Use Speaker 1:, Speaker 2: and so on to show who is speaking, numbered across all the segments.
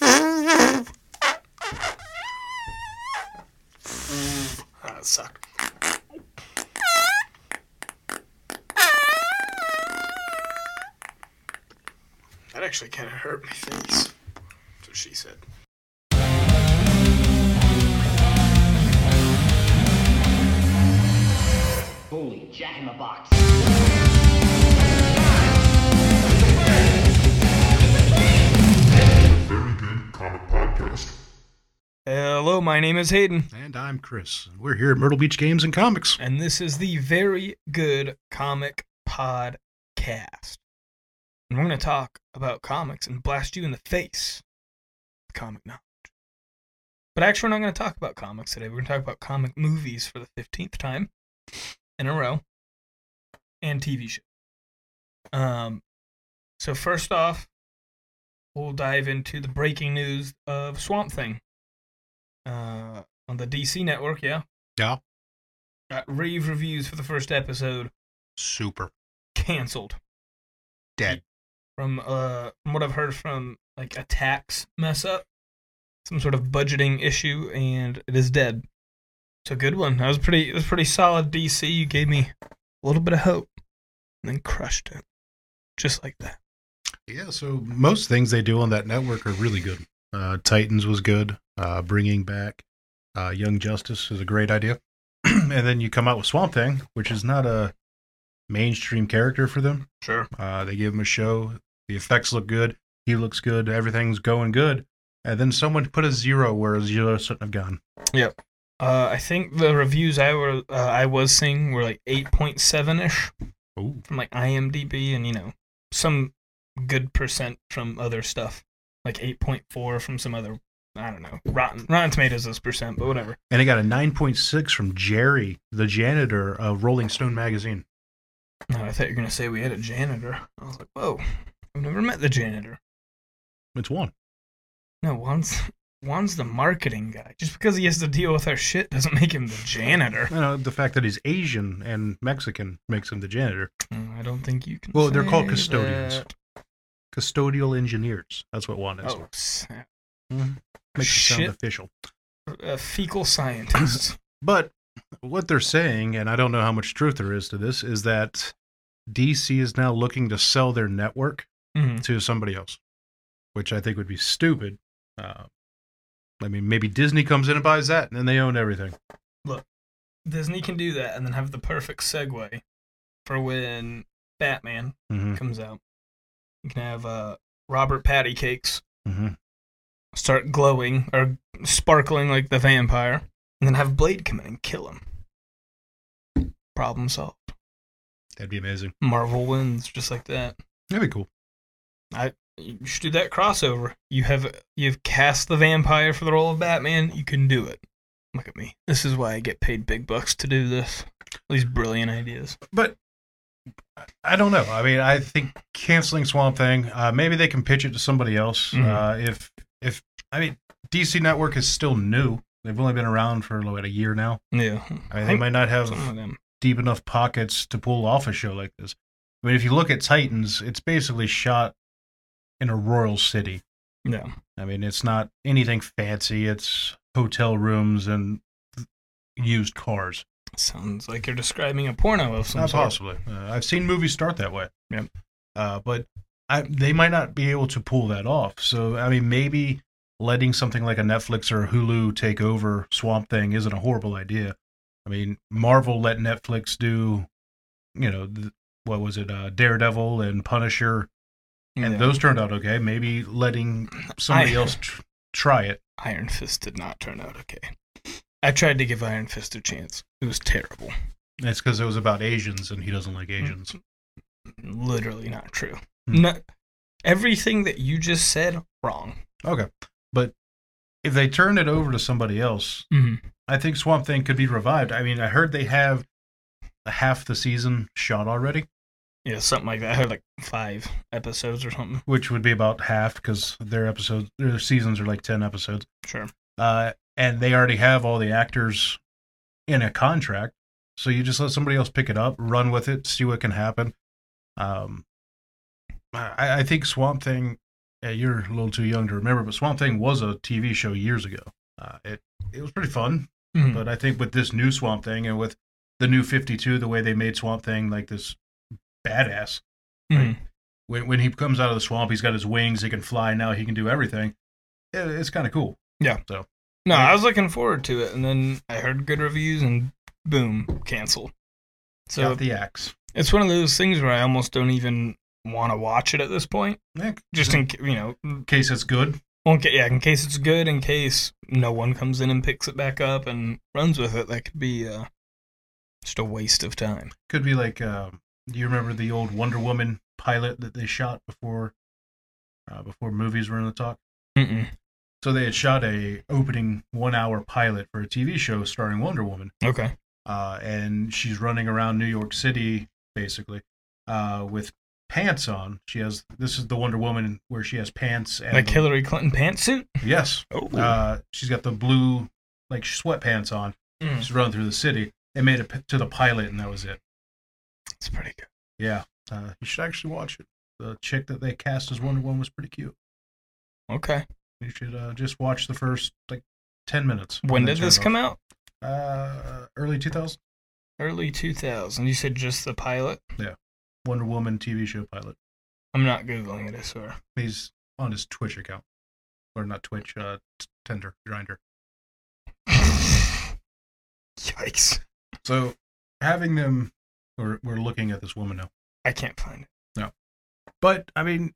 Speaker 1: Ah, sucked. That actually kind of hurt my face. That's what she said.
Speaker 2: Holy jack in the box.
Speaker 3: Very Good Comic Podcast.
Speaker 4: Hello, my name is Hayden,
Speaker 1: And I'm Chris. and We're here at Myrtle Beach Games and Comics.
Speaker 4: and this is the Very Good Comic Podcast. And we're going to talk about comics and blast you in the face with comic knowledge. But actually, we're not going to talk about comics today. We're going to talk about comic movies for the 15th time in a row and TV shows. Um, so, first off, we'll dive into the breaking news of Swamp Thing uh, on the DC network, yeah?
Speaker 1: Yeah.
Speaker 4: got Uh, rave reviews for the first episode
Speaker 1: Super.
Speaker 4: canceled
Speaker 1: Dead.
Speaker 4: from uh from what i've heard from like a tax mess up some sort of budgeting issue and it is dead it's a good one that was pretty it was pretty solid dc you gave me a little bit of hope and then crushed it just like that
Speaker 1: Yeah. So most things they do on that network are really good. Uh, Titans was good. Uh, bringing back uh, Young Justice is a great idea. and then you come out with Swamp Thing, which is not a mainstream character for them.
Speaker 4: sure
Speaker 1: Uh, they give him a show. The effects look good. He looks good. Everything's going good. And then someone put a zero where a zero shouldn't have gone.
Speaker 4: uh, I think the reviews I were uh, I was seeing were like eight point seven ish
Speaker 1: Oh,
Speaker 4: from like IMDb and you know some good percent from other stuff, like eight point four from some other I don't know Rotten Rotten Tomatoes is percent, but whatever.
Speaker 1: and it got a 9.6 from Jerry, the janitor of Rolling Stone magazine.
Speaker 4: No, Uh, I thought you were gonna say we had a janitor. I was like, whoa, I've never met the janitor.
Speaker 1: It's one.
Speaker 4: No, Juan's Juan's the marketing guy. Just because he has to deal with our shit doesn't make him the janitor.
Speaker 1: You know, the fact that he's Asian and Mexican makes him the janitor.
Speaker 4: Mm, I don't think you can.
Speaker 1: Well, they're called
Speaker 4: say
Speaker 1: custodians.
Speaker 4: that.
Speaker 1: Custodial engineers. That's what one is.
Speaker 4: Oh, snap.
Speaker 1: Makes it sound
Speaker 4: shit.
Speaker 1: official.
Speaker 4: Uh, fecal scientists.
Speaker 1: But what they're saying, and I don't know how much truth there is to this, is that DC is now looking to sell their network
Speaker 4: Mhm.
Speaker 1: to somebody else, which I think would be stupid. Uh, I mean, maybe Disney comes in and buys that, and then they own everything.
Speaker 4: Disney can do that and then have the perfect segue for when Batman
Speaker 1: Mm-hmm.
Speaker 4: comes out. You can have uh, Robert Patty cakes
Speaker 1: Mm-hmm.
Speaker 4: start glowing or sparkling like the vampire, and then have Blade come in and kill him. Problem solved.
Speaker 1: That'd be amazing.
Speaker 4: Marvel wins just like that.
Speaker 1: That'd be cool.
Speaker 4: You should do that crossover. You have you've cast the vampire for the role of Batman. You can do it. Look at me. This is why I get paid big bucks to do this. These brilliant ideas.
Speaker 1: But I- I don't know. I mean, I think canceling Swamp Thing. Uh, maybe they can pitch it to somebody else.
Speaker 4: Mhm.
Speaker 1: Uh, if if I mean, DC Network is still new. They've only been around for like a year now.
Speaker 4: Yeah.
Speaker 1: I mean, they might not have
Speaker 4: Something like them.
Speaker 1: deep enough pockets to pull off a show like this. I mean, if you look at Titans, it's basically shot in a royal city.
Speaker 4: Yeah.
Speaker 1: I mean, it's not anything fancy. It's hotel rooms and used cars.
Speaker 4: Sounds like you're describing a porno of some
Speaker 1: Not
Speaker 4: sort.
Speaker 1: possibly. Uh, I've seen movies start that way.
Speaker 4: Yep.
Speaker 1: Uh, but I, they might not be able to pull that off. So, I mean, maybe letting something like a Netflix or a Hulu take over Swamp Thing isn't a horrible idea. I mean, Marvel let Netflix do, you know, th- what was it, uh, Daredevil and Punisher, and
Speaker 4: Yeah.
Speaker 1: those turned out okay. Maybe letting somebody
Speaker 4: I-
Speaker 1: else tr- try it.
Speaker 4: Iron Fist did not turn out okay. I tried to give Iron Fist a chance. It was terrible.
Speaker 1: That's because it was about Asians, and he doesn't like
Speaker 4: Hmm.
Speaker 1: Asians.
Speaker 4: Literally not true.
Speaker 1: Hmm.
Speaker 4: No, everything that you just said wrong.
Speaker 1: Okay, but if they turn it over to somebody else,
Speaker 4: Mm-hmm.
Speaker 1: I think Swamp Thing could be revived. I mean, I heard they have half the season shot already,
Speaker 4: Yeah, something like that. I heard like five episodes or something.
Speaker 1: which would be about half because their episodes, their seasons are like ten episodes,
Speaker 4: Sure.
Speaker 1: uh, and they already have all the actors in a contract. So you just let somebody else pick it up, run with it, see what can happen. Um, I, I think Swamp Thing. Yeah, you're a little too young to remember, but Swamp Thing was a TV show years ago. Uh, it it was pretty fun.
Speaker 4: Mhm.
Speaker 1: But I think with this new Swamp Thing and with the new 52, the way they made Swamp Thing like this badass,
Speaker 4: Mhm.
Speaker 1: when, when he comes out of the swamp, he's got his wings, he can fly now, he can do everything. Yeah, it's kind of cool.
Speaker 4: No,
Speaker 1: Yeah.
Speaker 4: I was looking forward to it, and then I heard good reviews, and boom, cancel. So
Speaker 1: Got the axe.
Speaker 4: it's one of those things where I almost don't even want to watch it at this point,
Speaker 1: Yeah,
Speaker 4: just in ca- you know,
Speaker 1: in case it's good.
Speaker 4: won't get yeah, in case it's good, in case no one comes in and picks it back up and runs with it. That could be uh, just a waste of time.
Speaker 1: Could be like, um, do you remember the old Wonder Woman pilot that they shot before uh, before movies were in the talk?
Speaker 4: Mm-mm.
Speaker 1: So they had shot a opening one hour pilot for a TV show starring Wonder Woman,
Speaker 4: Okay.
Speaker 1: uh, and she's running around New York City basically uh, with pants on. She has this is the Wonder Woman where she has pants and
Speaker 4: Like
Speaker 1: the-
Speaker 4: Hillary Clinton pantsuit.
Speaker 1: Yes,
Speaker 4: Oh.
Speaker 1: uh, she's got the blue like sweatpants on.
Speaker 4: Mm.
Speaker 1: She's running through the city. It made it p- to the pilot, and that was it.
Speaker 4: It's pretty good.
Speaker 1: Yeah, uh, you should actually watch it. The chick that they cast as Wonder Woman was pretty cute.
Speaker 4: Okay.
Speaker 1: You should uh, just watch the first like ten minutes.
Speaker 4: When did this
Speaker 1: out?
Speaker 4: come out?
Speaker 1: uh, early 2000
Speaker 4: Early 2000. You said just the pilot.
Speaker 1: Wonder Woman TV show pilot.
Speaker 4: I'm not googling it. I swear.
Speaker 1: He's on his Twitch account, or not Twitch, uh, t- Tinder, Grinder.
Speaker 4: Yikes.
Speaker 1: So having them, we're, we're looking at this woman now.
Speaker 4: I can't find it.
Speaker 1: But I mean,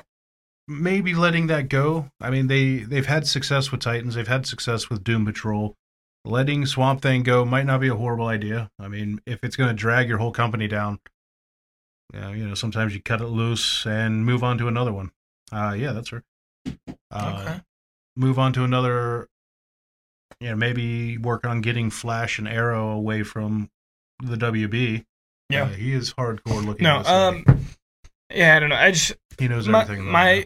Speaker 1: maybe letting that go. I mean, they they've had success with Titans. They've had success with Doom Patrol. Letting Swamp Thing go might not be a horrible idea. I mean, if it's going to drag your whole company down, uh, you know, sometimes you cut it loose and move on to another one. Uh, yeah, that's her. Uh,
Speaker 4: okay.
Speaker 1: move on to another you know maybe work on getting flash and arrow away from the wb
Speaker 4: Yeah.
Speaker 1: Uh, he is hardcore looking
Speaker 4: No.
Speaker 1: at this lady.
Speaker 4: Um. Yeah, I don't know. I just
Speaker 1: he knows
Speaker 4: my
Speaker 1: everything about
Speaker 4: my,
Speaker 1: her.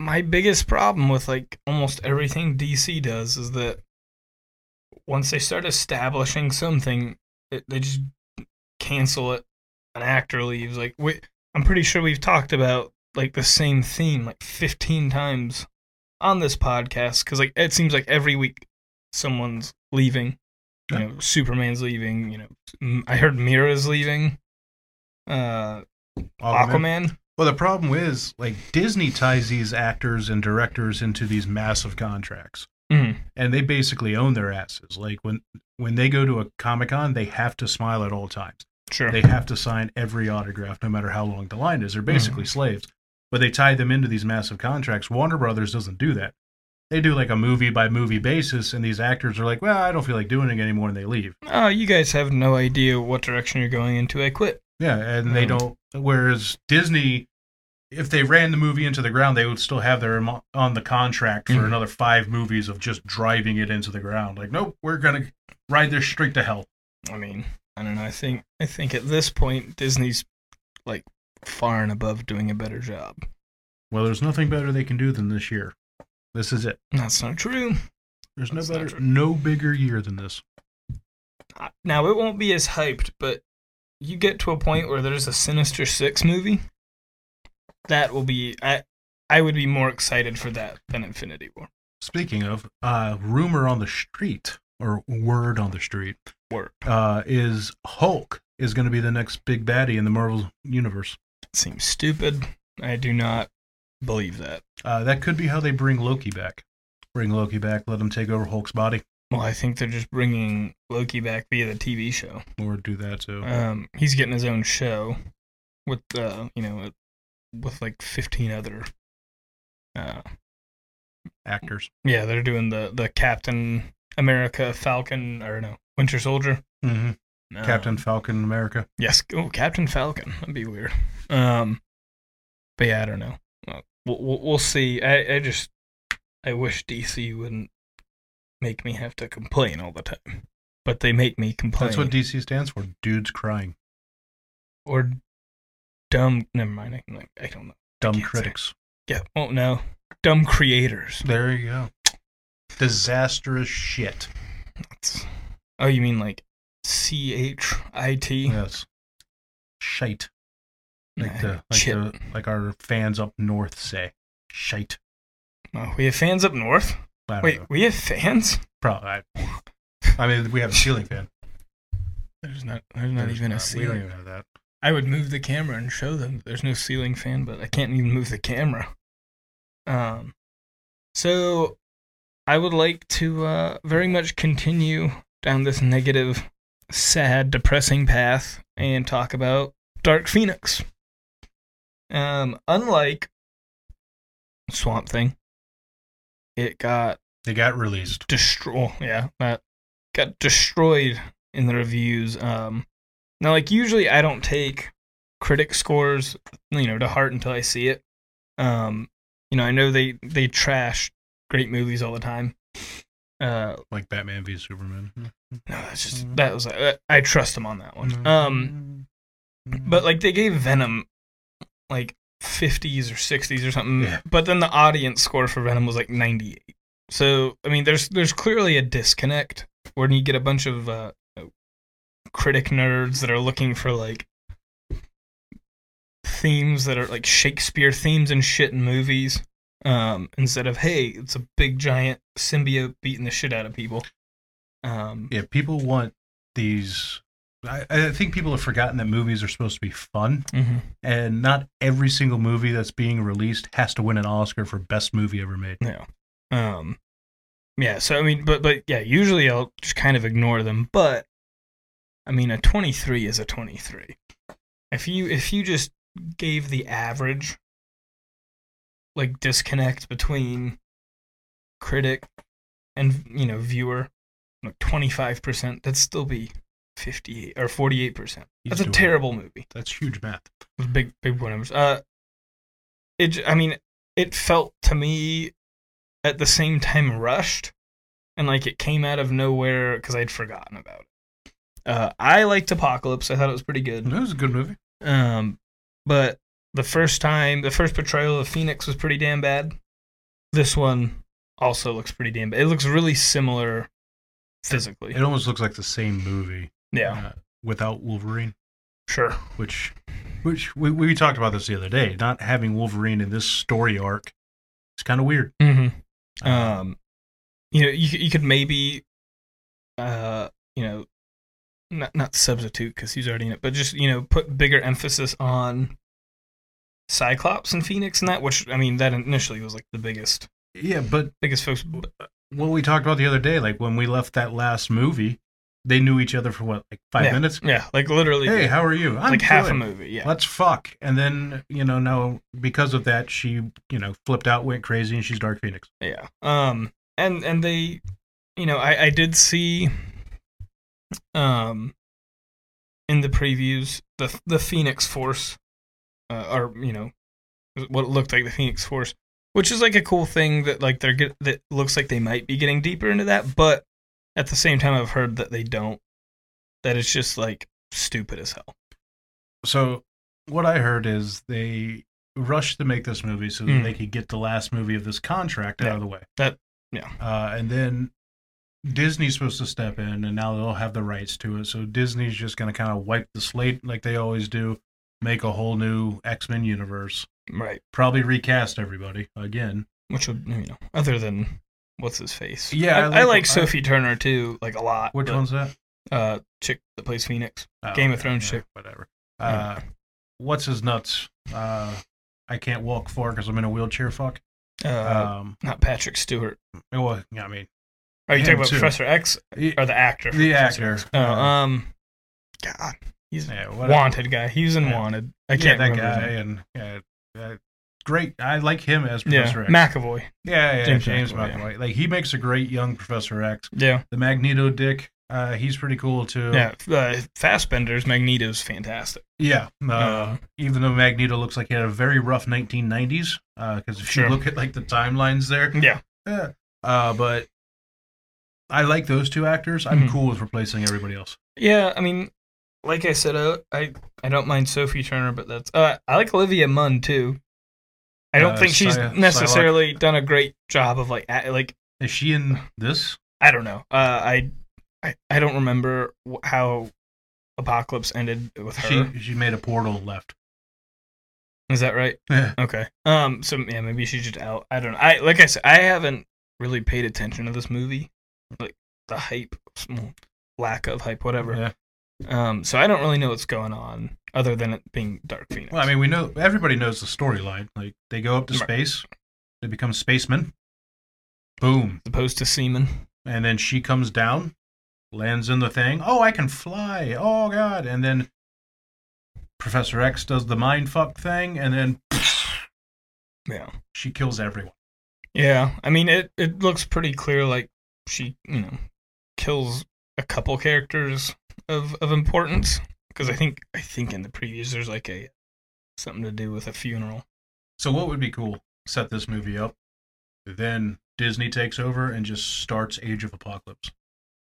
Speaker 4: my biggest problem with like almost everything DC does is that once they start establishing something, it, they just cancel it. An actor leaves. Like we, I'm pretty sure we've talked about like the same theme like 15 times on this podcast because like it seems like every week someone's leaving. You
Speaker 1: Yeah.
Speaker 4: know, Superman's leaving. You know, m- I heard Mira's leaving. Uh,
Speaker 1: Aquaman.
Speaker 4: Aquaman.
Speaker 1: well the problem is like disney ties these actors and directors into these massive contracts
Speaker 4: Mhm.
Speaker 1: and they basically own their asses like when when they go to a comic-con they have to smile at all times
Speaker 4: Sure.
Speaker 1: they have to sign every autograph no matter how long the line is they're basically slaves but they tie them into these massive contracts warner brothers doesn't do that they do like a movie by movie basis and these actors are like well i don't feel like doing it anymore and they leave
Speaker 4: Oh, you guys have no idea what direction you're going into. I quit.
Speaker 1: yeah and they
Speaker 4: Mm.
Speaker 1: don't whereas disney if they ran the movie into the ground they would still have their amo- on the contract for
Speaker 4: Mhm.
Speaker 1: another five movies of just driving it into the ground like nope we're gonna ride this straight to hell
Speaker 4: I mean, I don't know. I think I think at this point Disney's like far and above doing a better job.
Speaker 1: well there's nothing better they can do than this year this is it
Speaker 4: That's not true.
Speaker 1: there's no
Speaker 4: That's not
Speaker 1: better
Speaker 4: true.
Speaker 1: no bigger year than this
Speaker 4: I- Uh, Now it won't be as hyped, but you get to a point where there's a Sinister Six movie. That will be I. I would be more excited for that than Infinity War.
Speaker 1: Speaking of, uh, rumor on the street or word on the street
Speaker 4: Word.
Speaker 1: uh, is Hulk is going to be the next big baddie in the Marvel universe.
Speaker 4: Seems stupid. I do not believe that.
Speaker 1: Uh, that could be how they bring Loki back. Bring Loki back, let him take over Hulk's body,
Speaker 4: Well, I think they're just bringing Loki back via the TV show.
Speaker 1: or do that too.
Speaker 4: Um, he's getting his own show with uh, you know, with like fifteen other. Uh,
Speaker 1: Actors.
Speaker 4: yeah, they're doing the the Captain America, Falcon, or no, Winter Soldier.
Speaker 1: hmm
Speaker 4: No.
Speaker 1: Captain Falcon America.
Speaker 4: Yes. Oh, Captain Falcon. That'd be weird. Um, but yeah, I don't know. Uh, We'll we'll, we'll see. I I just I wish DC wouldn't make me have to complain all the time, but they make me complain.
Speaker 1: That's what DC stands for. Dudes crying.
Speaker 4: or dumb. Never mind. I, can- I don't know.
Speaker 1: Dumb
Speaker 4: can't say.
Speaker 1: critics.
Speaker 4: Yeah. Oh no. Dumb creators.
Speaker 1: There you go. Disastrous shit.
Speaker 4: That's- oh, you mean like C H I T?
Speaker 1: Yes. Shite. Like, the, like,
Speaker 4: Shit.
Speaker 1: the, like our fans up north say. Shite.
Speaker 4: Oh, we have fans up north.
Speaker 1: I don't
Speaker 4: Wait,
Speaker 1: know.
Speaker 4: we have fans?
Speaker 1: Probably. I- I mean, we have a ceiling fan.
Speaker 4: There's not. There's not
Speaker 1: There's
Speaker 4: even a
Speaker 1: not- We don't
Speaker 4: ceiling.
Speaker 1: even have that.
Speaker 4: I would move the camera and show them. There's no ceiling fan, but I can't even move the camera. Um, so I would like to uh, very much continue down this negative, sad, depressing path and talk about Dark Phoenix. Um, unlike Swamp Thing, it got
Speaker 1: They got released.
Speaker 4: destroy yeah that got destroyed in the reviews um now like usually i don't take critic scores you know to heart until i see it um you know i know they they trash great movies all the time uh
Speaker 1: like Batman v Superman.
Speaker 4: no that's just that was i, I trust them on that
Speaker 1: Mm.
Speaker 4: one um but
Speaker 1: but
Speaker 4: like they gave Venom like 50s or 60s or something.
Speaker 1: Yeah.
Speaker 4: But then the audience score for Venom was like 98. So I mean, there's there's clearly a disconnect where you get a bunch of uh, critic nerds that are looking for like themes that are like Shakespeare themes and shit in movies. Um, instead of hey, it's a big giant symbiote beating the shit out of people. Um,
Speaker 1: yeah, people want these. I, I think people have forgotten that movies are supposed to be fun,
Speaker 4: mhm.
Speaker 1: and not every single movie that's being released has to win an Oscar for best movie ever made.
Speaker 4: Um, yeah. So I mean, but but yeah, usually I'll just kind of ignore them. But I mean, a twenty three is a twenty three. If you if you just gave the average, like disconnect between critic and you know viewer, like twenty five percent, that'd still be fifty eight or forty eight percent.
Speaker 1: He's
Speaker 4: That's a
Speaker 1: doing
Speaker 4: terrible movie
Speaker 1: That's huge math.
Speaker 4: with big big boy numbers. Uh, it j- I mean it felt to me at the same time rushed, and like it came out of nowhere because I'd forgotten about it. Uh, I liked Apocalypse. I thought it was pretty good.
Speaker 1: That was a good movie.
Speaker 4: Um, but the first time, the first portrayal of Phoenix was pretty damn bad. This one also looks pretty damn bad. It looks really similar physically.
Speaker 1: It almost looks like the same movie.
Speaker 4: Yeah,
Speaker 1: uh, without Wolverine,
Speaker 4: sure.
Speaker 1: which, which we, we talked about this the other day. Not having Wolverine in this story arc, it's kind of weird.
Speaker 4: hmm
Speaker 1: Uh-huh.
Speaker 4: um you know you, c- you could maybe uh you know not not substitute because he's already in it but just you know put bigger emphasis on cyclops and phoenix and that which i mean that initially was like the biggest
Speaker 1: yeah, but
Speaker 4: biggest folks but
Speaker 1: what we talked about the other day, like when we left that last movie, they knew each other for what, like five minutes?
Speaker 4: yeah like literally
Speaker 1: Hey, how are you? I'm
Speaker 4: like half a
Speaker 1: good.
Speaker 4: movie yeah
Speaker 1: Let's fuck. And then, you know, now because of that, she, you know, flipped out, went crazy, and she's Dark Phoenix.
Speaker 4: Yeah. Um and and they you know, I I did see um in the previews the the Phoenix Force uh, or you know what it looked like the Phoenix Force, which is like a cool thing that like they're get, that looks like they might be getting deeper into that, but at the same time I've heard that they don't that it's just like stupid as hell.
Speaker 1: So what I heard is they rushed to make this movie so that
Speaker 4: Mm.
Speaker 1: they could get the last movie of this contract out
Speaker 4: Yeah.
Speaker 1: of the way.
Speaker 4: That- yeah.
Speaker 1: Uh, and then Disney's supposed to step in, and now they'll have the rights to it. So Disney's just going to kind of wipe the slate like they always do, make a whole new X Men universe.
Speaker 4: Right.
Speaker 1: probably recast everybody again.
Speaker 4: Which would you know, other than what's his face?
Speaker 1: Yeah,
Speaker 4: I,
Speaker 1: I
Speaker 4: I like,
Speaker 1: like- I-
Speaker 4: Sophie Turner too, like a lot.
Speaker 1: Which
Speaker 4: but-
Speaker 1: one's that?
Speaker 4: uh chick that plays Phoenix.
Speaker 1: Oh,
Speaker 4: Game of
Speaker 1: yeah,
Speaker 4: Thrones
Speaker 1: yeah,
Speaker 4: chick.
Speaker 1: Whatever. Uh, what's his nuts? Uh, I can't walk far because I'm in a wheelchair. Fuck.
Speaker 4: Uh,
Speaker 1: Um.
Speaker 4: not Patrick Stewart.
Speaker 1: Well, yeah, I mean,
Speaker 4: Are you
Speaker 1: him
Speaker 4: talking about
Speaker 1: too.
Speaker 4: Professor X
Speaker 1: the,
Speaker 4: or the actor? from
Speaker 1: the
Speaker 4: Professor
Speaker 1: actor.
Speaker 4: X? Oh, um, God, he's
Speaker 1: yeah, whatever.
Speaker 4: wanted guy. He was in
Speaker 1: Yeah.
Speaker 4: Wanted.
Speaker 1: Yeah,
Speaker 4: I can't
Speaker 1: that
Speaker 4: remember his
Speaker 1: guy
Speaker 4: name.
Speaker 1: and yeah, uh, great. I like him as
Speaker 4: Yeah,
Speaker 1: Professor X.
Speaker 4: McAvoy.
Speaker 1: yeah, yeah,
Speaker 4: James
Speaker 1: James, James
Speaker 4: McAvoy, yeah.
Speaker 1: McAvoy. Like he makes a great young Professor X.
Speaker 4: Yeah,
Speaker 1: The Magneto Dick. Uh, he's pretty cool too.
Speaker 4: yeah. Uh, Fassbender's Magneto's fantastic.
Speaker 1: Yeah. Uh,
Speaker 4: Uh,
Speaker 1: even though Magneto looks like he had a very rough 1990s, because if
Speaker 4: Sure.
Speaker 1: you look at like the timelines there,
Speaker 4: yeah,
Speaker 1: yeah. Uh, but I like those two actors. I'm
Speaker 4: Mhm.
Speaker 1: cool with replacing everybody else.
Speaker 4: yeah. I mean, like I said, uh, I I don't mind Sophie Turner, but that's uh, I like Olivia Munn too. I don't
Speaker 1: Uh,
Speaker 4: think she's
Speaker 1: Cy- Psylocke.
Speaker 4: necessarily done a great job of like a- like
Speaker 1: Is she in this?
Speaker 4: I don't know. Uh, I, I I don't remember wh- how Apocalypse ended with her.
Speaker 1: She she made a portal and left.
Speaker 4: Is that right?
Speaker 1: Yeah.
Speaker 4: Okay. Um. So yeah, maybe she's just out. I don't know. I like I said, I haven't really paid attention to this movie, like the hype small lack of hype, whatever.
Speaker 1: Yeah.
Speaker 4: Um, so I don't really know what's going on other than it being Dark Phoenix.
Speaker 1: Well, I mean, we know everybody knows the storyline. Like they go up to
Speaker 4: Right.
Speaker 1: space, they become spacemen. Boom,
Speaker 4: as opposed to semen.
Speaker 1: and then she comes down, lands in the thing. Oh, I can fly. Oh God! And then Professor X does the mind fuck thing, and then
Speaker 4: Yeah.
Speaker 1: she kills everyone.
Speaker 4: Yeah. I mean, it, it looks pretty clear like she, you know, kills a couple characters of, of importance. Because I think I think in the previews there's like a something to do with a funeral.
Speaker 1: So what would be cool? Set this movie up, then Disney takes over and just starts Age of Apocalypse.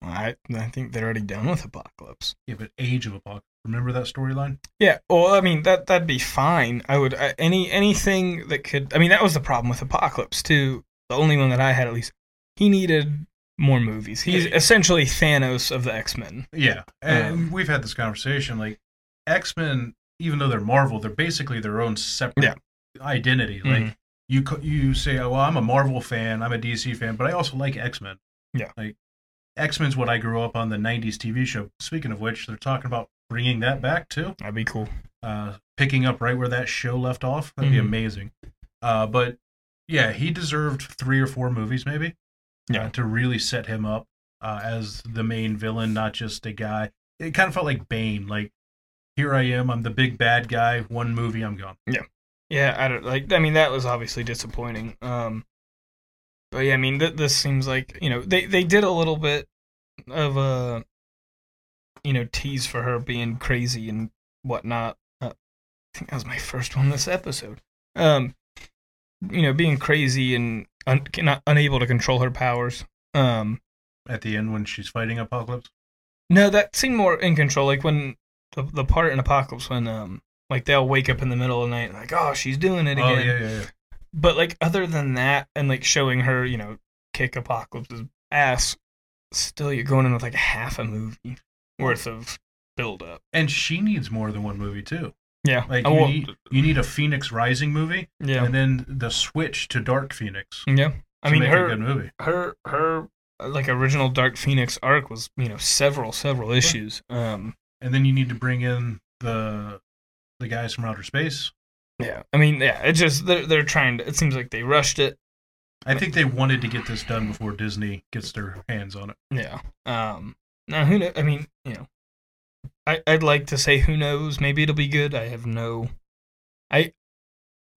Speaker 4: I I think they're already done with Apocalypse.
Speaker 1: Yeah, but Age of Apocalypse. Remember that storyline?
Speaker 4: Yeah, well, I mean that that'd be fine. I would uh, any anything that could. I mean, that was the problem with Apocalypse too. The only one that I had at least. He needed more movies. He's
Speaker 1: Yeah.
Speaker 4: essentially Thanos of the X Men.
Speaker 1: Yeah, and
Speaker 4: Um,
Speaker 1: we've had this conversation. Like X Men, even though they're Marvel, they're basically their own separate
Speaker 4: Yeah. Mm-hmm.
Speaker 1: identity. Like you, co- you say, "Oh, well, I'm a Marvel fan, I'm a DC fan, but I also like X Men."
Speaker 4: Yeah.
Speaker 1: like X Men's what I grew up on the '90s TV show. Speaking of which, they're talking about bringing that back too,
Speaker 4: That'd be cool.
Speaker 1: uh, picking up right where that show left off. That'd
Speaker 4: Mhm.
Speaker 1: be amazing. Uh, but yeah, he deserved three or four movies, maybe
Speaker 4: Yeah.
Speaker 1: uh, to really set him up uh, as the main villain, not just a guy. It kind of felt like Bane. Like, here I am, I'm the big bad guy. One movie, I'm gone.
Speaker 4: Yeah, I don't like. I mean, that was obviously disappointing. Um, but yeah, I mean, th- this seems like you know they they did a little bit of a you know tease for her being crazy and whatnot. Uh, I think that was my first one this episode. Um, you know, being crazy and un- not unable to control her powers. Um,
Speaker 1: At the end, when she's fighting Apocalypse,
Speaker 4: no, that seemed more in control. Like when the the part in Apocalypse when um like they'll wake up in the middle of the night like oh she's doing it again
Speaker 1: oh yeah, yeah, yeah.
Speaker 4: but like other than that and like showing her you know kick apocalypse's ass still you're going in with like half a movie worth of build up
Speaker 1: And she needs more than one movie too.
Speaker 4: yeah
Speaker 1: Like
Speaker 4: I
Speaker 1: you
Speaker 4: will-
Speaker 1: need, you need a Phoenix Rising movie,
Speaker 4: yeah
Speaker 1: and then the switch to Dark Phoenix.
Speaker 4: yeah i
Speaker 1: to
Speaker 4: mean
Speaker 1: make a good
Speaker 4: her
Speaker 1: movie.
Speaker 4: her her uh, like original dark phoenix arc was you know several several issues um
Speaker 1: And then you need to bring in the the guys from outer space.
Speaker 4: yeah i mean yeah it just they're, they're trying to it seems like they rushed it
Speaker 1: I think they wanted to get this done before Disney gets their hands on it.
Speaker 4: Yeah. Um. Now who know? I mean, you know, I I'd like to say who knows. Maybe it'll be good. I have no. I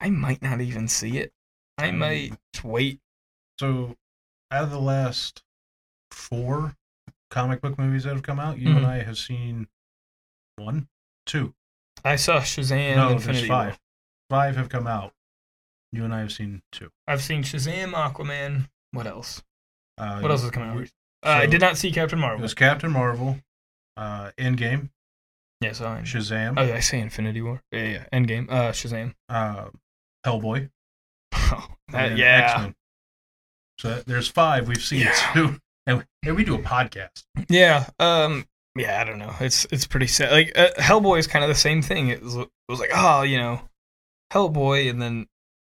Speaker 4: I might not even see it. I might just wait.
Speaker 1: So, out of the last four comic book movies that have come out, you and
Speaker 4: Mhm.
Speaker 1: I have seen one, two.
Speaker 4: I saw Shazam.
Speaker 1: no,
Speaker 4: Infinity
Speaker 1: there's
Speaker 4: War.
Speaker 1: five. Five have come out. You and I have seen two.
Speaker 4: I've seen Shazam, Aquaman. What else?
Speaker 1: Uh,
Speaker 4: What else has come out?
Speaker 1: we-
Speaker 4: Uh, I
Speaker 1: so-
Speaker 4: did not see Captain
Speaker 1: It
Speaker 4: Marvel.
Speaker 1: was Captain Marvel, uh, Endgame,
Speaker 4: yeah, sorry.
Speaker 1: Shazam,
Speaker 4: oh, did I say Infinity War? Yeah, yeah. yeah. Endgame. Uh, Shazam.
Speaker 1: uh, Hellboy,
Speaker 4: Oh, that,
Speaker 1: and
Speaker 4: yeah.
Speaker 1: X-Men. So that- there's five. We've seen
Speaker 4: Yeah.
Speaker 1: two, and we, and we do a podcast.
Speaker 4: Yeah. Um. Yeah. I don't know. It's it's pretty sad. Like uh, Hellboy is kind of the same thing. It was, it was like oh you know, Hellboy, and then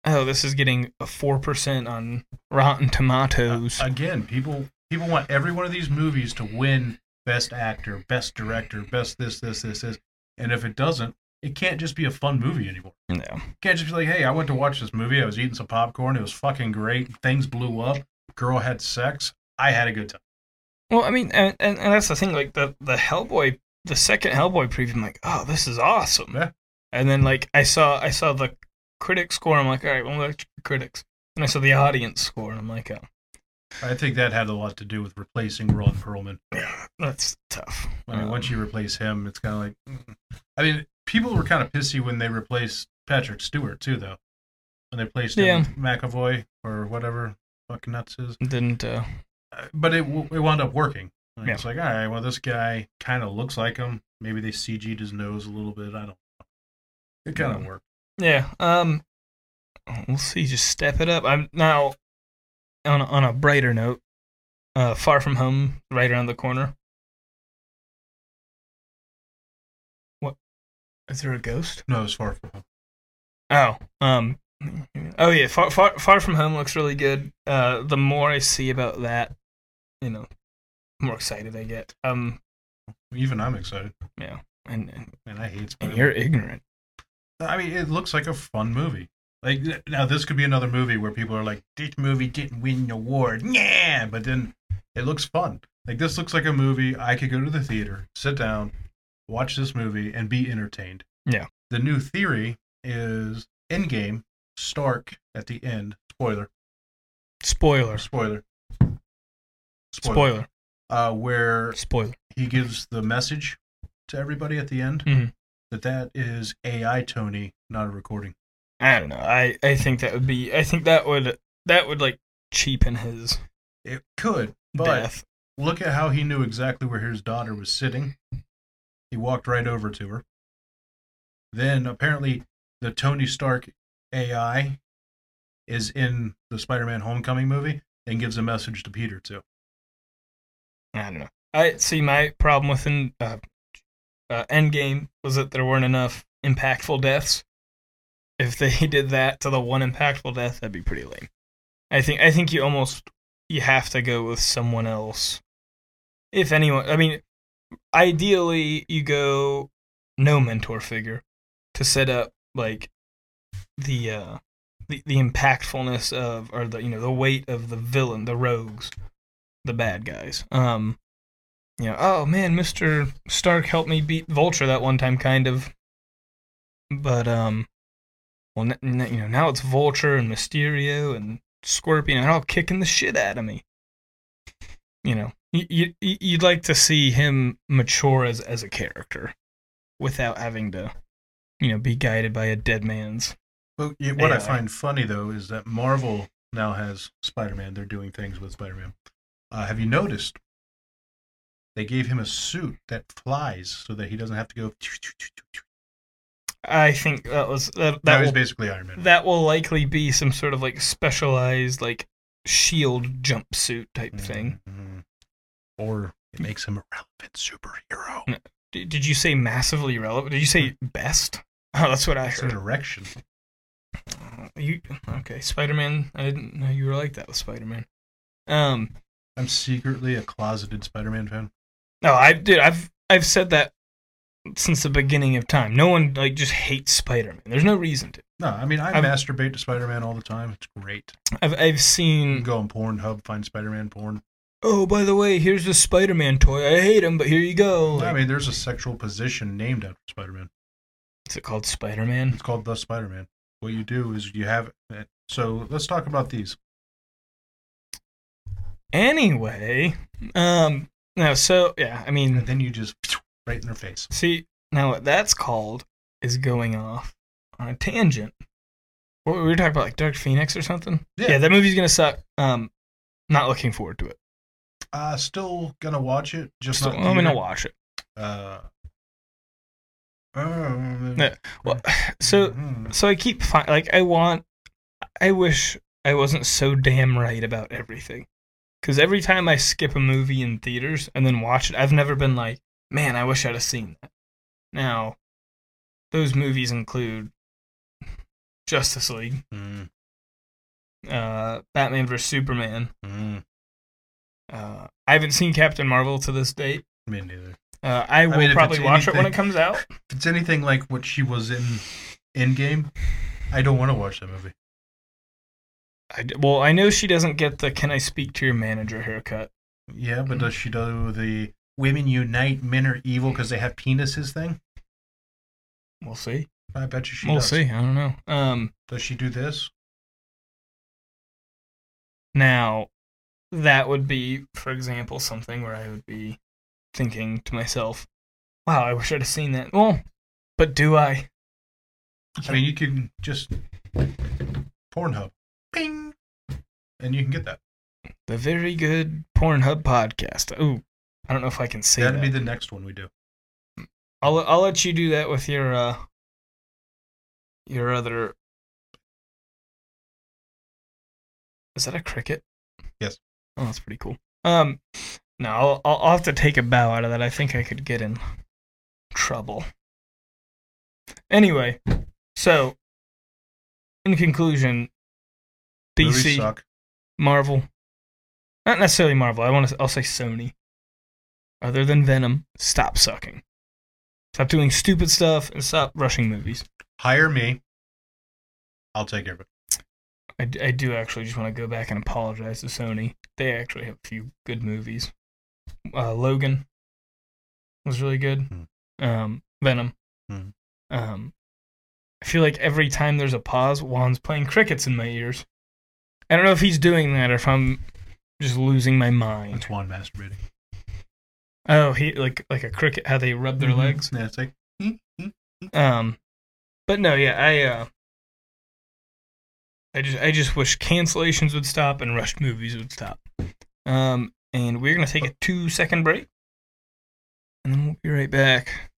Speaker 4: oh this is getting a four percent on Rotten Tomatoes.
Speaker 1: Again, people people want every one of these movies to win best actor, best director, best this, this, this, this. And if it doesn't, it can't just be a fun movie anymore.
Speaker 4: no.
Speaker 1: It can't just be like, hey, I went to watch this movie. I was eating some popcorn. It was fucking great. Things blew up. Girl had sex. I had a good time.
Speaker 4: Well, I mean, and, and, and that's the thing. Like the the Hellboy, the second Hellboy preview, I'm like oh this is awesome.
Speaker 1: Yeah.
Speaker 4: And then like I saw I saw the critic score. I'm like all right, well that's critics. And I saw the audience score, and I'm like oh
Speaker 1: I think that had a lot to do with replacing Ron Perlman.
Speaker 4: that's tough.
Speaker 1: I mean,
Speaker 4: Um,
Speaker 1: once you replace him, it's kind of like, mm. I mean, people were kind of pissy when they replaced Patrick Stewart too, though. When they placed him
Speaker 4: Yeah.
Speaker 1: with McAvoy or whatever fucking nuts is.
Speaker 4: didn't uh,
Speaker 1: but it w- it wound up working. Like,
Speaker 4: Yeah.
Speaker 1: It's like, all right, well, this guy kind of looks like him. Maybe they CG'd his nose a little bit. I don't know. It kind of
Speaker 4: Yeah.
Speaker 1: worked.
Speaker 4: Yeah. Um. We'll see. Just step it up. I'm now on a, on a brighter note. Uh, Far From Home, right around the corner. What? Is there a ghost?
Speaker 1: No, it's far from home.
Speaker 4: Oh. Um. Oh yeah. Far Far Far From Home looks really good. Uh, the more I see about that, you know, the more excited I get. Um,
Speaker 1: Even I'm excited,
Speaker 4: yeah, and and,
Speaker 1: and I hate Spider.
Speaker 4: and you're ignorant.
Speaker 1: I mean, it looks like a fun movie. Like th- now, this could be another movie where people are like, "This movie didn't win an award," yeah, but then it looks fun. Like this looks like a movie I could go to the theater, sit down, watch this movie, and be entertained.
Speaker 4: Yeah.
Speaker 1: The new theory is Endgame. Stark at the end. Spoiler.
Speaker 4: Spoiler,
Speaker 1: Spoiler.
Speaker 4: spoiler,
Speaker 1: Uh, where
Speaker 4: spoiler.
Speaker 1: he gives the message to everybody at the end
Speaker 4: Mhm.
Speaker 1: that that is AI Tony, not a recording.
Speaker 4: I don't know. I I think that would be. I think that would that would like cheapen his
Speaker 1: It could, but
Speaker 4: death.
Speaker 1: look at how he knew exactly where his daughter was sitting. He walked right over to her. Then apparently the Tony Stark AI is in the Spider-Man Homecoming movie and gives a message to Peter too.
Speaker 4: I don't know. I see. My problem with an, uh, uh, Endgame was that there weren't enough impactful deaths. If they did that to the one impactful death, that'd be pretty lame. I think. I think you almost you have to go with someone else. If anyone, I mean, ideally you go no mentor figure to set up like the uh, the the impactfulness of or the you know the weight of the villain, the rogues the bad guys. Um, you know, oh man, Mister Stark helped me beat Vulture that one time, kind of. But um, well, n- n- you know, now it's Vulture and Mysterio and Scorpion, and they're all kicking the shit out of me. You know, you you you'd like to see him mature as as a character, without having to, you know, be guided by a dead man's.
Speaker 1: But yeah, what I
Speaker 4: AI.
Speaker 1: find funny though is that Marvel now has Spider-Man. They're doing things with Spider-Man. Uh, have you noticed? They gave him a suit that flies so that he doesn't have to go.
Speaker 4: I think that was that
Speaker 1: That
Speaker 4: that
Speaker 1: was
Speaker 4: will
Speaker 1: basically Iron Man.
Speaker 4: that will likely be some sort of like specialized like shield jumpsuit type thing.
Speaker 1: Mhm. Or it makes him a relevant superhero.
Speaker 4: No. D- did you say massively relevant? Did you say
Speaker 1: Mm-hmm.
Speaker 4: best? Oh, that's what I
Speaker 1: It's an
Speaker 4: heard.
Speaker 1: erection.
Speaker 4: You okay? Spider Man. I didn't know you were like that with Spider Man. Um.
Speaker 1: I'm secretly a closeted Spider-Man fan.
Speaker 4: No, I dude, I've I've said that since the beginning of time. No one like just hates Spider Man. There's no reason to.
Speaker 1: No, I mean I
Speaker 4: I'm-
Speaker 1: masturbate to Spider-Man all the time. It's great.
Speaker 4: I've I've
Speaker 1: You can
Speaker 4: seen.
Speaker 1: go on Pornhub, find Spider-Man porn.
Speaker 4: Oh, by the way, here's this Spider Man toy. I hate him, but here you go.
Speaker 1: I
Speaker 4: Like,
Speaker 1: mean, there's a sexual position named after Spider-Man.
Speaker 4: is it called Spider Man?
Speaker 1: It's called The Spider Man. What you do is you have. So let's talk about these.
Speaker 4: Anyway, um, no, so yeah, I
Speaker 1: And
Speaker 4: mean,
Speaker 1: then you just right in their face.
Speaker 4: see, now what that's called is going off on a tangent. What we were talking about, like Dark Phoenix or something.
Speaker 1: Yeah.
Speaker 4: that movie's gonna suck. Um, not looking forward to it.
Speaker 1: Uh, still gonna watch it. Just
Speaker 4: Still,
Speaker 1: not.
Speaker 4: I'm gonna
Speaker 1: here.
Speaker 4: watch it.
Speaker 1: Uh, um,
Speaker 4: No, Well, so
Speaker 1: mhm.
Speaker 4: so I keep fi- like I want, I wish I wasn't so damn right about everything, because every time I skip a movie in theaters and then watch it, I've never been like, man, I wish I'd have seen that. Now, those movies include Justice League,
Speaker 1: Mm,
Speaker 4: uh, Batman vs Superman.
Speaker 1: mm,
Speaker 4: Uh, I haven't seen Captain Marvel to this date.
Speaker 1: me neither.
Speaker 4: Uh, I will
Speaker 1: mean, if it's
Speaker 4: probably watch it when it
Speaker 1: anything-
Speaker 4: comes out.
Speaker 1: If it's anything like what she was in Endgame, I don't want to watch that movie.
Speaker 4: I d- well, I know she doesn't get the "Can I speak to your manager?" haircut.
Speaker 1: Yeah, but
Speaker 4: Mm.
Speaker 1: does she do the women unite, men are evil because they have penises thing?
Speaker 4: We'll see.
Speaker 1: I bet you she
Speaker 4: we'll
Speaker 1: does.
Speaker 4: see. I don't know. Um,
Speaker 1: Does she do this?
Speaker 4: Now, that would be, for example, something where I would be thinking to myself, wow, I wish I'd have seen that. Well, but do I?
Speaker 1: I mean, you can just Pornhub, ping, and you can get that.
Speaker 4: The very good Pornhub podcast. Ooh, I don't know if I can say
Speaker 1: That'd
Speaker 4: that.
Speaker 1: be the next one we do.
Speaker 4: I'll, I'll let you do that with your, uh, your other. Is that a cricket?
Speaker 1: Yes.
Speaker 4: Oh, that's pretty cool. Um, no, I'll, I'll, I'll have to take a bow out of that. I think I could get in trouble. Anyway, so in conclusion,
Speaker 1: Movies
Speaker 4: DC,
Speaker 1: suck.
Speaker 4: Marvel, not necessarily Marvel. I want to. I'll say Sony. other than Venom, stop sucking. Stop doing stupid stuff and stop rushing movies.
Speaker 1: Hire me. I'll take care of it.
Speaker 4: I, d- I do actually just want to go back and apologize to Sony. They actually have a few good movies. Uh, Logan was really good.
Speaker 1: Hmm.
Speaker 4: Um, Venom.
Speaker 1: Hmm.
Speaker 4: Um, I feel like every time there's a pause, Juan's playing crickets in my ears. I don't know if he's doing that or if I'm just losing my mind.
Speaker 1: That's Juan masturbating.
Speaker 4: Oh, he like like a cricket, how they rub their
Speaker 1: Mhm.
Speaker 4: legs.
Speaker 1: Yeah, it's like
Speaker 4: Um, but no, yeah, I uh, I just I just wish cancellations would stop and rushed movies would stop. Um, and we're gonna take a two second break, and then we'll be right back.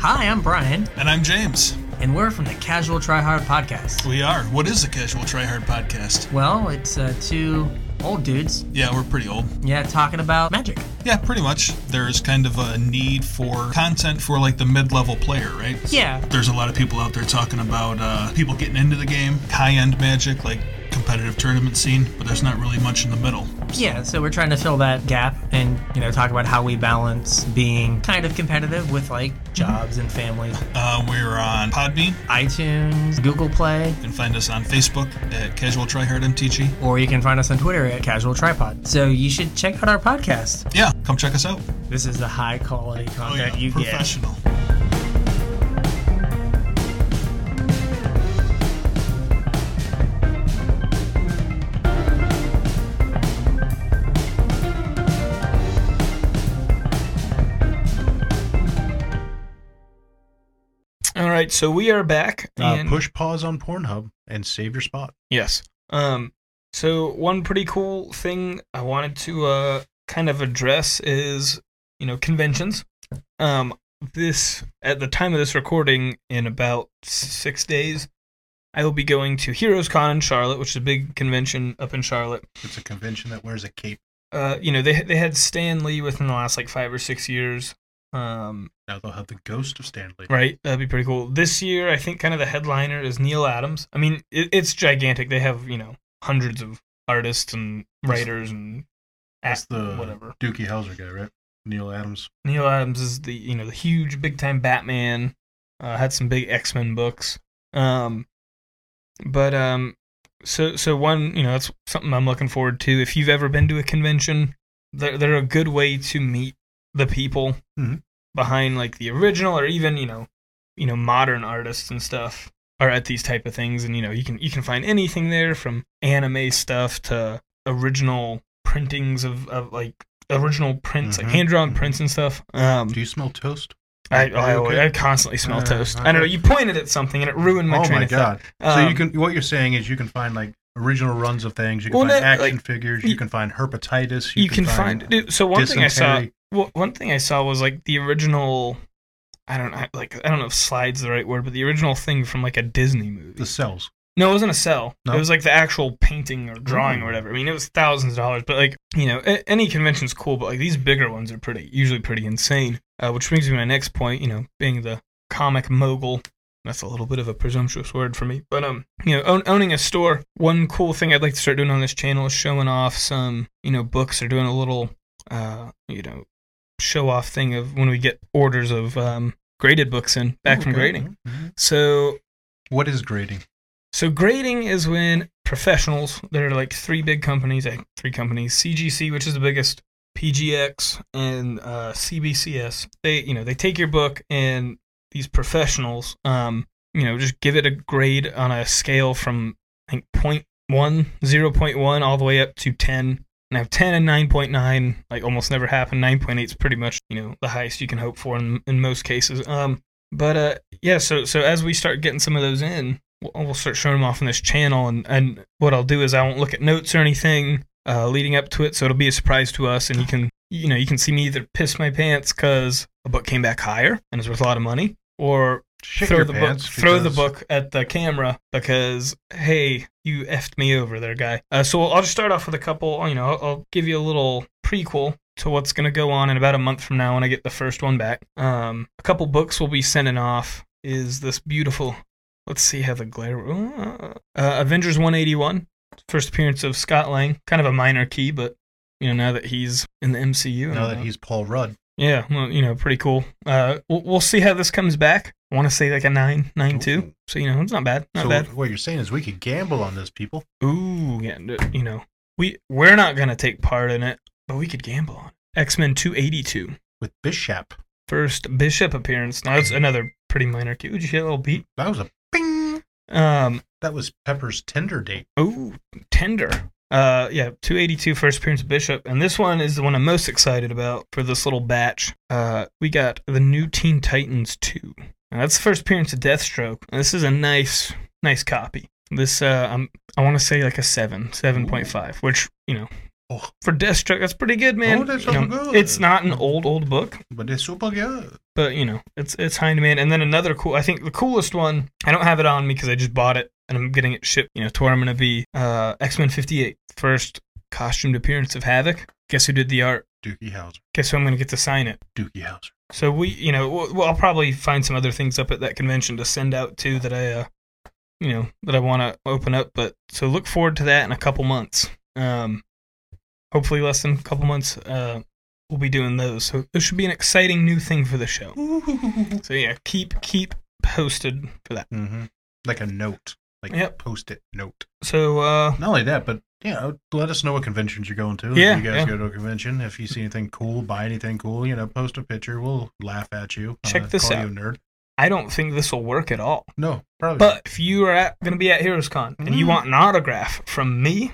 Speaker 5: Hi, I'm Brian,
Speaker 6: And I'm James.
Speaker 5: and we're from the Casual Try Hard podcast.
Speaker 6: We are. What is the Casual Try Hard podcast?
Speaker 5: Well, it's uh, two old dudes,
Speaker 6: Yeah, we're pretty old.
Speaker 5: yeah, talking about magic.
Speaker 6: Yeah, pretty much. There's kind of a need for content for like the mid level player, right?
Speaker 5: Yeah,
Speaker 6: There's a lot of people out there talking about uh, people getting into the game, high end magic, like competitive tournament scene, but there's not really much in the middle.
Speaker 5: yeah. So we're trying to fill that gap, and you know, talk about how we balance being kind of competitive with like jobs and family.
Speaker 6: Uh, we're on Podbean.
Speaker 5: iTunes, Google Play,
Speaker 6: You can find us on Facebook at Casual Try Hard MTG.
Speaker 5: or you can find us on Twitter at Casual Tripod. So you should check out our podcast.
Speaker 6: Yeah, come check us out.
Speaker 5: This is the high quality content you get.
Speaker 6: professional.
Speaker 4: All right, so we are back.
Speaker 1: uh,
Speaker 4: and-
Speaker 1: push pause on Pornhub and save your spot.
Speaker 4: Yes. Um. So one pretty cool thing I wanted to uh kind of address is you know conventions. Um. This at the time of this recording in about six days, I will be going to Heroes Con in Charlotte, which is a big convention up in Charlotte.
Speaker 1: It's a convention that wears a cape.
Speaker 4: Uh. You know they they had Stan Lee within the last like five or six years. Um.
Speaker 1: Now they'll have the ghost of Stanley.
Speaker 4: Right. That'd be pretty cool. This year, I think kind of the headliner is Neil Adams. I mean, it, it's gigantic. They have you know hundreds of artists and writers and
Speaker 1: That's
Speaker 4: act,
Speaker 1: the
Speaker 4: whatever.
Speaker 1: Dookie Howser guy, right? Neil Adams.
Speaker 4: Neil Adams is the you know the huge big time Batman. Uh, had some big X Men books. Um, but um, so so one you know that's something I'm looking forward to. If you've ever been to a convention, they're they're a good way to meet the people
Speaker 1: Mhm.
Speaker 4: behind like the original or even you know you know modern artists and stuff are at these type of things and you know you can you can find anything there from anime stuff to original printings of, of like original prints
Speaker 1: Mhm.
Speaker 4: like hand drawn
Speaker 1: Mhm.
Speaker 4: prints and stuff um
Speaker 1: Do you smell toast?
Speaker 4: I,
Speaker 1: Are
Speaker 4: I,
Speaker 1: you
Speaker 4: always-
Speaker 1: okay?
Speaker 4: I constantly smell
Speaker 1: Uh,
Speaker 4: toast.
Speaker 1: I
Speaker 4: I don't know.
Speaker 1: don't-
Speaker 4: You pointed at something and it ruined my
Speaker 1: oh
Speaker 4: train
Speaker 1: my
Speaker 4: of thought.
Speaker 1: god! so you
Speaker 4: Um,
Speaker 1: can. What you're saying is you can find like original runs of things. You can
Speaker 4: Well,
Speaker 1: find
Speaker 4: no,
Speaker 1: action
Speaker 4: like,
Speaker 1: figures. You
Speaker 4: you-
Speaker 1: can find herpetitis.
Speaker 4: you, can, find, dude, so one thing I saw.
Speaker 1: dysentery.
Speaker 4: Well, one thing I saw was like the original. I don't know, like I don't know if "slides" the right word, but the original thing from like a Disney movie.
Speaker 1: the cells.
Speaker 4: No, it wasn't a cell.
Speaker 1: No? Oh.
Speaker 4: It was like the actual painting or drawing
Speaker 1: Ooh.
Speaker 4: or whatever. I mean, it was thousands of dollars, but like you know, a- any convention's cool, but like these bigger ones are pretty usually pretty insane. Uh, which brings me to my next point. You know, being the comic mogul. That's a little bit of a presumptuous word for me, but um, you know, own, owning a store. One cool thing I'd like to start doing on this channel is showing off some, you know, books or doing a little, uh, you know, show off thing of when we get orders of um graded books in back from
Speaker 1: Okay.
Speaker 4: grading.
Speaker 1: Mhm.
Speaker 4: So
Speaker 1: What is grading?
Speaker 4: so grading is when professionals, there are like three big companies, eh, three companies, CGC, which is the biggest, PGX, and uh, CBCS. They, you know, they take your book and these professionals, um, you know, just give it a grade on a scale from I think 0.1, 0.1 all the way up to 10. Now 10 and 9.9 like almost never happen. 9.8 is pretty much, you know, the highest you can hope for in, in most cases. Um, but uh, yeah, so so as we start getting some of those in, we'll, we'll start showing them off on this channel, and and what I'll do is I won't look at notes or anything uh, leading up to it, so it'll be a surprise to us, and you can you know you can see me either piss my pants because a book came back higher and it's worth a lot of money, or
Speaker 1: Shit
Speaker 4: throw
Speaker 1: your
Speaker 4: the
Speaker 1: pants
Speaker 4: book throw the
Speaker 1: because-
Speaker 4: book at the camera because hey you effed me over there guy uh, so I'll, I'll just start off with a couple you know I'll, I'll give you a little prequel to what's going to go on in about a month from now when i get the first one back um, a couple books we'll be sending off is this beautiful Let's see how the glare. Uh, Avengers 181, first appearance of Scott Lang. Kind of a minor key, but you know now that he's in the MCU. and
Speaker 1: Now
Speaker 4: whatnot.
Speaker 1: that he's Paul Rudd,
Speaker 4: Yeah, well, you know, pretty cool. Uh, we'll, we'll see how this comes back. I want to say like a nine, nine two.
Speaker 1: Ooh.
Speaker 4: So you know, it's not bad, not
Speaker 1: so
Speaker 4: bad.
Speaker 1: what you're saying is we could gamble on this, people.
Speaker 4: Ooh, yeah, n- you know, we we're not gonna take part in it, but we could gamble on it. X Men two eighty two,
Speaker 1: With Bishop,
Speaker 4: first Bishop appearance. Now that's another pretty minor cue. Did you hear a little beat?
Speaker 1: that was a bing.
Speaker 4: Um,
Speaker 1: That was Pepper's tender date.
Speaker 4: ooh, tender. Uh, yeah, 282 first appearance of Bishop, and this one is the one I'm most excited about for this little batch. Uh, we got the new Teen Titans 2. Now, that's the first appearance of Deathstroke. And this is a nice, nice copy. This uh, I'm I want to say like a seven, seven point five, which you know.
Speaker 1: Oh.
Speaker 4: For Deathstroke, that's pretty good, man.
Speaker 1: Oh, that's
Speaker 4: You know,
Speaker 1: so good.
Speaker 4: It's not an old, old book
Speaker 1: But it's super good.
Speaker 4: but you know, it's it's high demand. And then another cool, I think the coolest one. I don't have it on me because I just bought it and I'm getting it shipped. You know, to where I'm gonna be. Uh, X Men '58, first costumed appearance of Havoc. Guess who did the art?
Speaker 1: Dookie Howser.
Speaker 4: Guess who I'm gonna get to sign it.
Speaker 1: Dookie Howser.
Speaker 4: So we, you know, we'll, well, I'll probably find some other things up at that convention to send out too that I, uh, you know, that I want to open up. But so look forward to that in a couple months. Um, hopefully less than a couple months. Uh, we'll be doing those. So this should be an exciting new thing for the show. So yeah, keep keep posted for that.
Speaker 1: Mm-hmm. Like a note, like
Speaker 4: Yep.
Speaker 1: post-it note.
Speaker 4: So uh,
Speaker 1: Not only that, but you know, let us know what conventions you're going to.
Speaker 4: Yeah,
Speaker 1: if you guys
Speaker 4: yeah.
Speaker 1: go to a convention. If you see anything cool, buy anything cool. You know, post a picture. We'll laugh at you. Uh,
Speaker 4: Check this
Speaker 1: call
Speaker 4: out.
Speaker 1: You a nerd.
Speaker 4: I don't think this will work at all.
Speaker 1: No, probably.
Speaker 4: But if you are at, gonna be at HeroesCon and you
Speaker 1: Mm.
Speaker 4: want an autograph from me,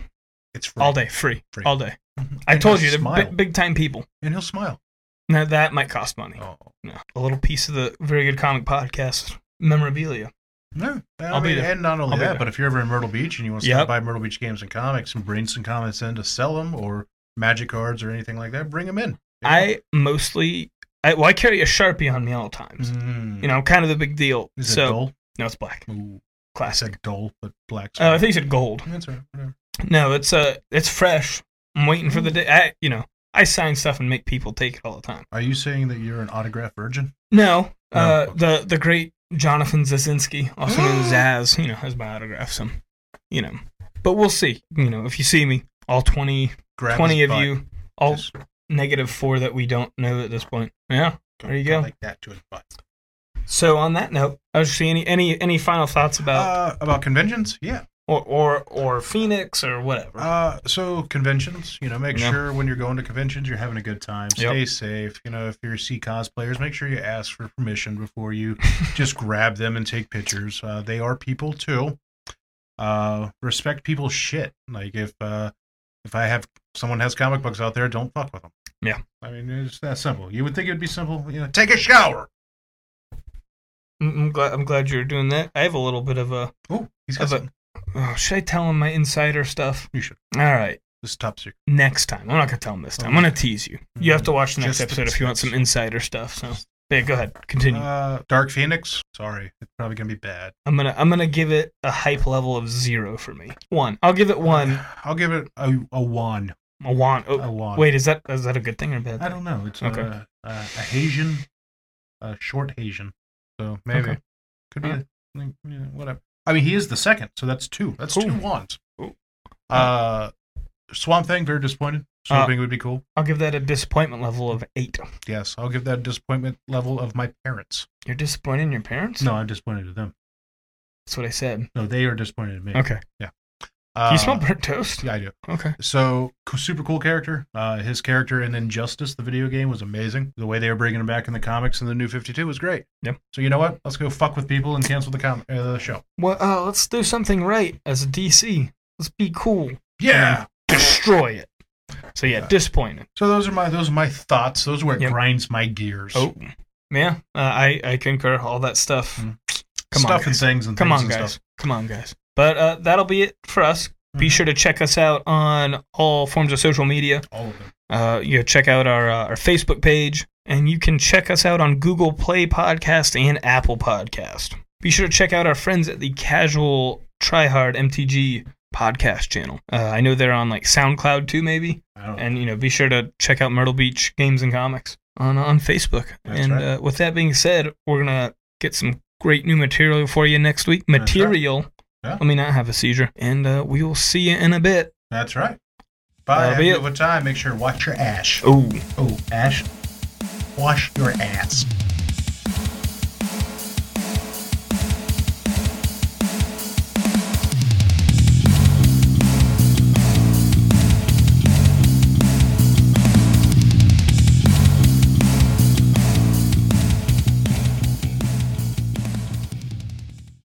Speaker 1: it's free.
Speaker 4: all day free,
Speaker 1: Free.
Speaker 4: all day.
Speaker 1: Mhm.
Speaker 4: I
Speaker 1: And
Speaker 4: told
Speaker 1: he'll
Speaker 4: you, they're
Speaker 1: smile.
Speaker 4: big, big time people.
Speaker 1: and he'll smile.
Speaker 4: Now that might cost money.
Speaker 1: Oh,
Speaker 4: No. A little piece of the very good comic podcast memorabilia.
Speaker 1: no. I
Speaker 4: I'll be
Speaker 1: mean,
Speaker 4: there.
Speaker 1: and not only
Speaker 4: I'll be
Speaker 1: that,
Speaker 4: there.
Speaker 1: but if you're ever in Myrtle Beach and you want to
Speaker 4: Yep.
Speaker 1: stop by Myrtle Beach Games and Comics and bring some comics in to sell them or magic cards or anything like that, bring them in.
Speaker 4: I mostly, I, well, I carry a sharpie on me all times.
Speaker 1: Mm.
Speaker 4: You know, I'm kind of the big deal.
Speaker 1: is
Speaker 4: so
Speaker 1: it dull?
Speaker 4: no, it's black,
Speaker 1: Ooh, I
Speaker 4: classic.
Speaker 1: said dull, but black's.
Speaker 4: Oh, I
Speaker 1: fine.
Speaker 4: think you said gold.
Speaker 1: That's all right. Whatever.
Speaker 4: No, it's uh, it's fresh. I'm waiting
Speaker 1: Mm.
Speaker 4: for the day. I, you know, I sign stuff and make people take it all the time.
Speaker 1: Are you saying that you're an autograph virgin?
Speaker 4: No,
Speaker 1: No,
Speaker 4: uh, the the great Jonathan Zasinski, also known as Zaz, you know, has my autograph. So, you know, but we'll see. You know, if you see me, all 20,
Speaker 1: Grab
Speaker 4: 20
Speaker 1: his
Speaker 4: of
Speaker 1: butt.
Speaker 4: you, Oh, all
Speaker 1: Just
Speaker 4: negative four that we don't know at this point. Yeah. There you go.
Speaker 1: Like that to his butt.
Speaker 4: So on that note, Oshie, any any any final thoughts about
Speaker 1: Uh, about conventions, yeah.
Speaker 4: or or or Phoenix or whatever?
Speaker 1: Uh, so conventions, you know, make
Speaker 4: Yeah.
Speaker 1: sure when you're going to conventions, you're having a good time.
Speaker 4: Yep.
Speaker 1: Stay safe. You know, if you're C cosplayers, make sure you ask for permission before you just grab them and take pictures. Uh, they are people too. Uh, respect people's shit. Like if uh, if I have someone has comic books out there, don't fuck with them.
Speaker 4: Yeah.
Speaker 1: I mean it's that simple. You would think it'd be simple. You know, take a shower.
Speaker 4: I'm- I'm glad I'm glad you're doing that. I have a little bit of a.
Speaker 1: Oh, he's got
Speaker 4: Have a-
Speaker 1: something.
Speaker 4: Oh, should I tell him my insider stuff?
Speaker 1: You should.
Speaker 4: All right,
Speaker 1: This is top secret.
Speaker 4: next time. I'm not gonna tell him this time. I'm gonna tease you. You have to watch the next
Speaker 1: Just the
Speaker 4: episode if you want some
Speaker 1: tips.
Speaker 4: insider stuff. So yeah, go ahead, continue.
Speaker 1: Uh, Dark Phoenix. Sorry, it's probably gonna be bad.
Speaker 4: I'm gonna I'm gonna give it a hype level of zero for me. One. I'll give it one.
Speaker 1: I'll give it a a one.
Speaker 4: A one. Oh,
Speaker 1: A one.
Speaker 4: wait, is that is that a good thing or a bad?
Speaker 1: I
Speaker 4: Thing?
Speaker 1: don't know. It's
Speaker 4: Okay.
Speaker 1: uh a, a Haitian, a short Haitian. So maybe
Speaker 4: Okay.
Speaker 1: could be a, like, you know, whatever. I mean, he is the second, so that's two. That's two
Speaker 4: Ooh.
Speaker 1: wands.
Speaker 4: Ooh.
Speaker 1: Uh, Swamp Thing. Very disappointed.
Speaker 4: Uh,
Speaker 1: Swamping would be cool.
Speaker 4: I'll give that a disappointment level of eight.
Speaker 1: Yes, I'll give that disappointment level of my parents.
Speaker 4: You're disappointed in your parents?
Speaker 1: No, I'm disappointed at them.
Speaker 4: That's what I said.
Speaker 1: No, they are disappointed at me.
Speaker 4: Okay.
Speaker 1: Uh,
Speaker 4: you smell burnt toast?
Speaker 1: Yeah, I do.
Speaker 4: Okay.
Speaker 1: So co- super cool character. Uh, his character in Injustice, the video game, was amazing. The way they were bringing him back in the comics in the New Fifty Two was great.
Speaker 4: Yep.
Speaker 1: So you know what? Let's go fuck with people and cancel the com- uh, the show.
Speaker 4: Well, uh, let's do something right as a DC. Let's be cool.
Speaker 1: Yeah.
Speaker 4: Destroy it. So yeah, disappointed.
Speaker 1: So those are my those are my thoughts. Those are where it
Speaker 4: Yep.
Speaker 1: grinds my gears.
Speaker 4: Oh, yeah. Uh, I I concur. All that stuff.
Speaker 1: Mm.
Speaker 4: Come
Speaker 1: stuff
Speaker 4: on,
Speaker 1: and
Speaker 4: guys.
Speaker 1: things and
Speaker 4: Come
Speaker 1: things
Speaker 4: on,
Speaker 1: and
Speaker 4: guys.
Speaker 1: stuff. Mm-hmm.
Speaker 4: Come on, guys. But uh, that'll be it for us. Be
Speaker 1: Mhm.
Speaker 4: sure to check us out on all forms of social media.
Speaker 1: All of them.
Speaker 4: Uh, you know, check out our uh, our Facebook page, and you can check us out on Google Play Podcast and Apple Podcast. Be sure to check out our friends at the Casual Tryhard MTG podcast channel. Uh, I know they're on like SoundCloud too, maybe.
Speaker 1: I don't know.
Speaker 4: And you know, be sure to check out Myrtle Beach Games and Comics on on Facebook.
Speaker 1: That's
Speaker 4: and
Speaker 1: right.
Speaker 4: uh, with that being said, we're gonna get some great new material for you next week.
Speaker 1: That's right.
Speaker 4: Material.
Speaker 1: Yeah.
Speaker 4: Let me not have a seizure. And uh, we will see you in a bit.
Speaker 1: That's right. Bye.
Speaker 4: That'll
Speaker 1: Have
Speaker 4: be
Speaker 1: a
Speaker 4: it.
Speaker 1: good time. Make sure to watch your ash.
Speaker 4: Ooh.
Speaker 1: Oh, ash. Wash your ass.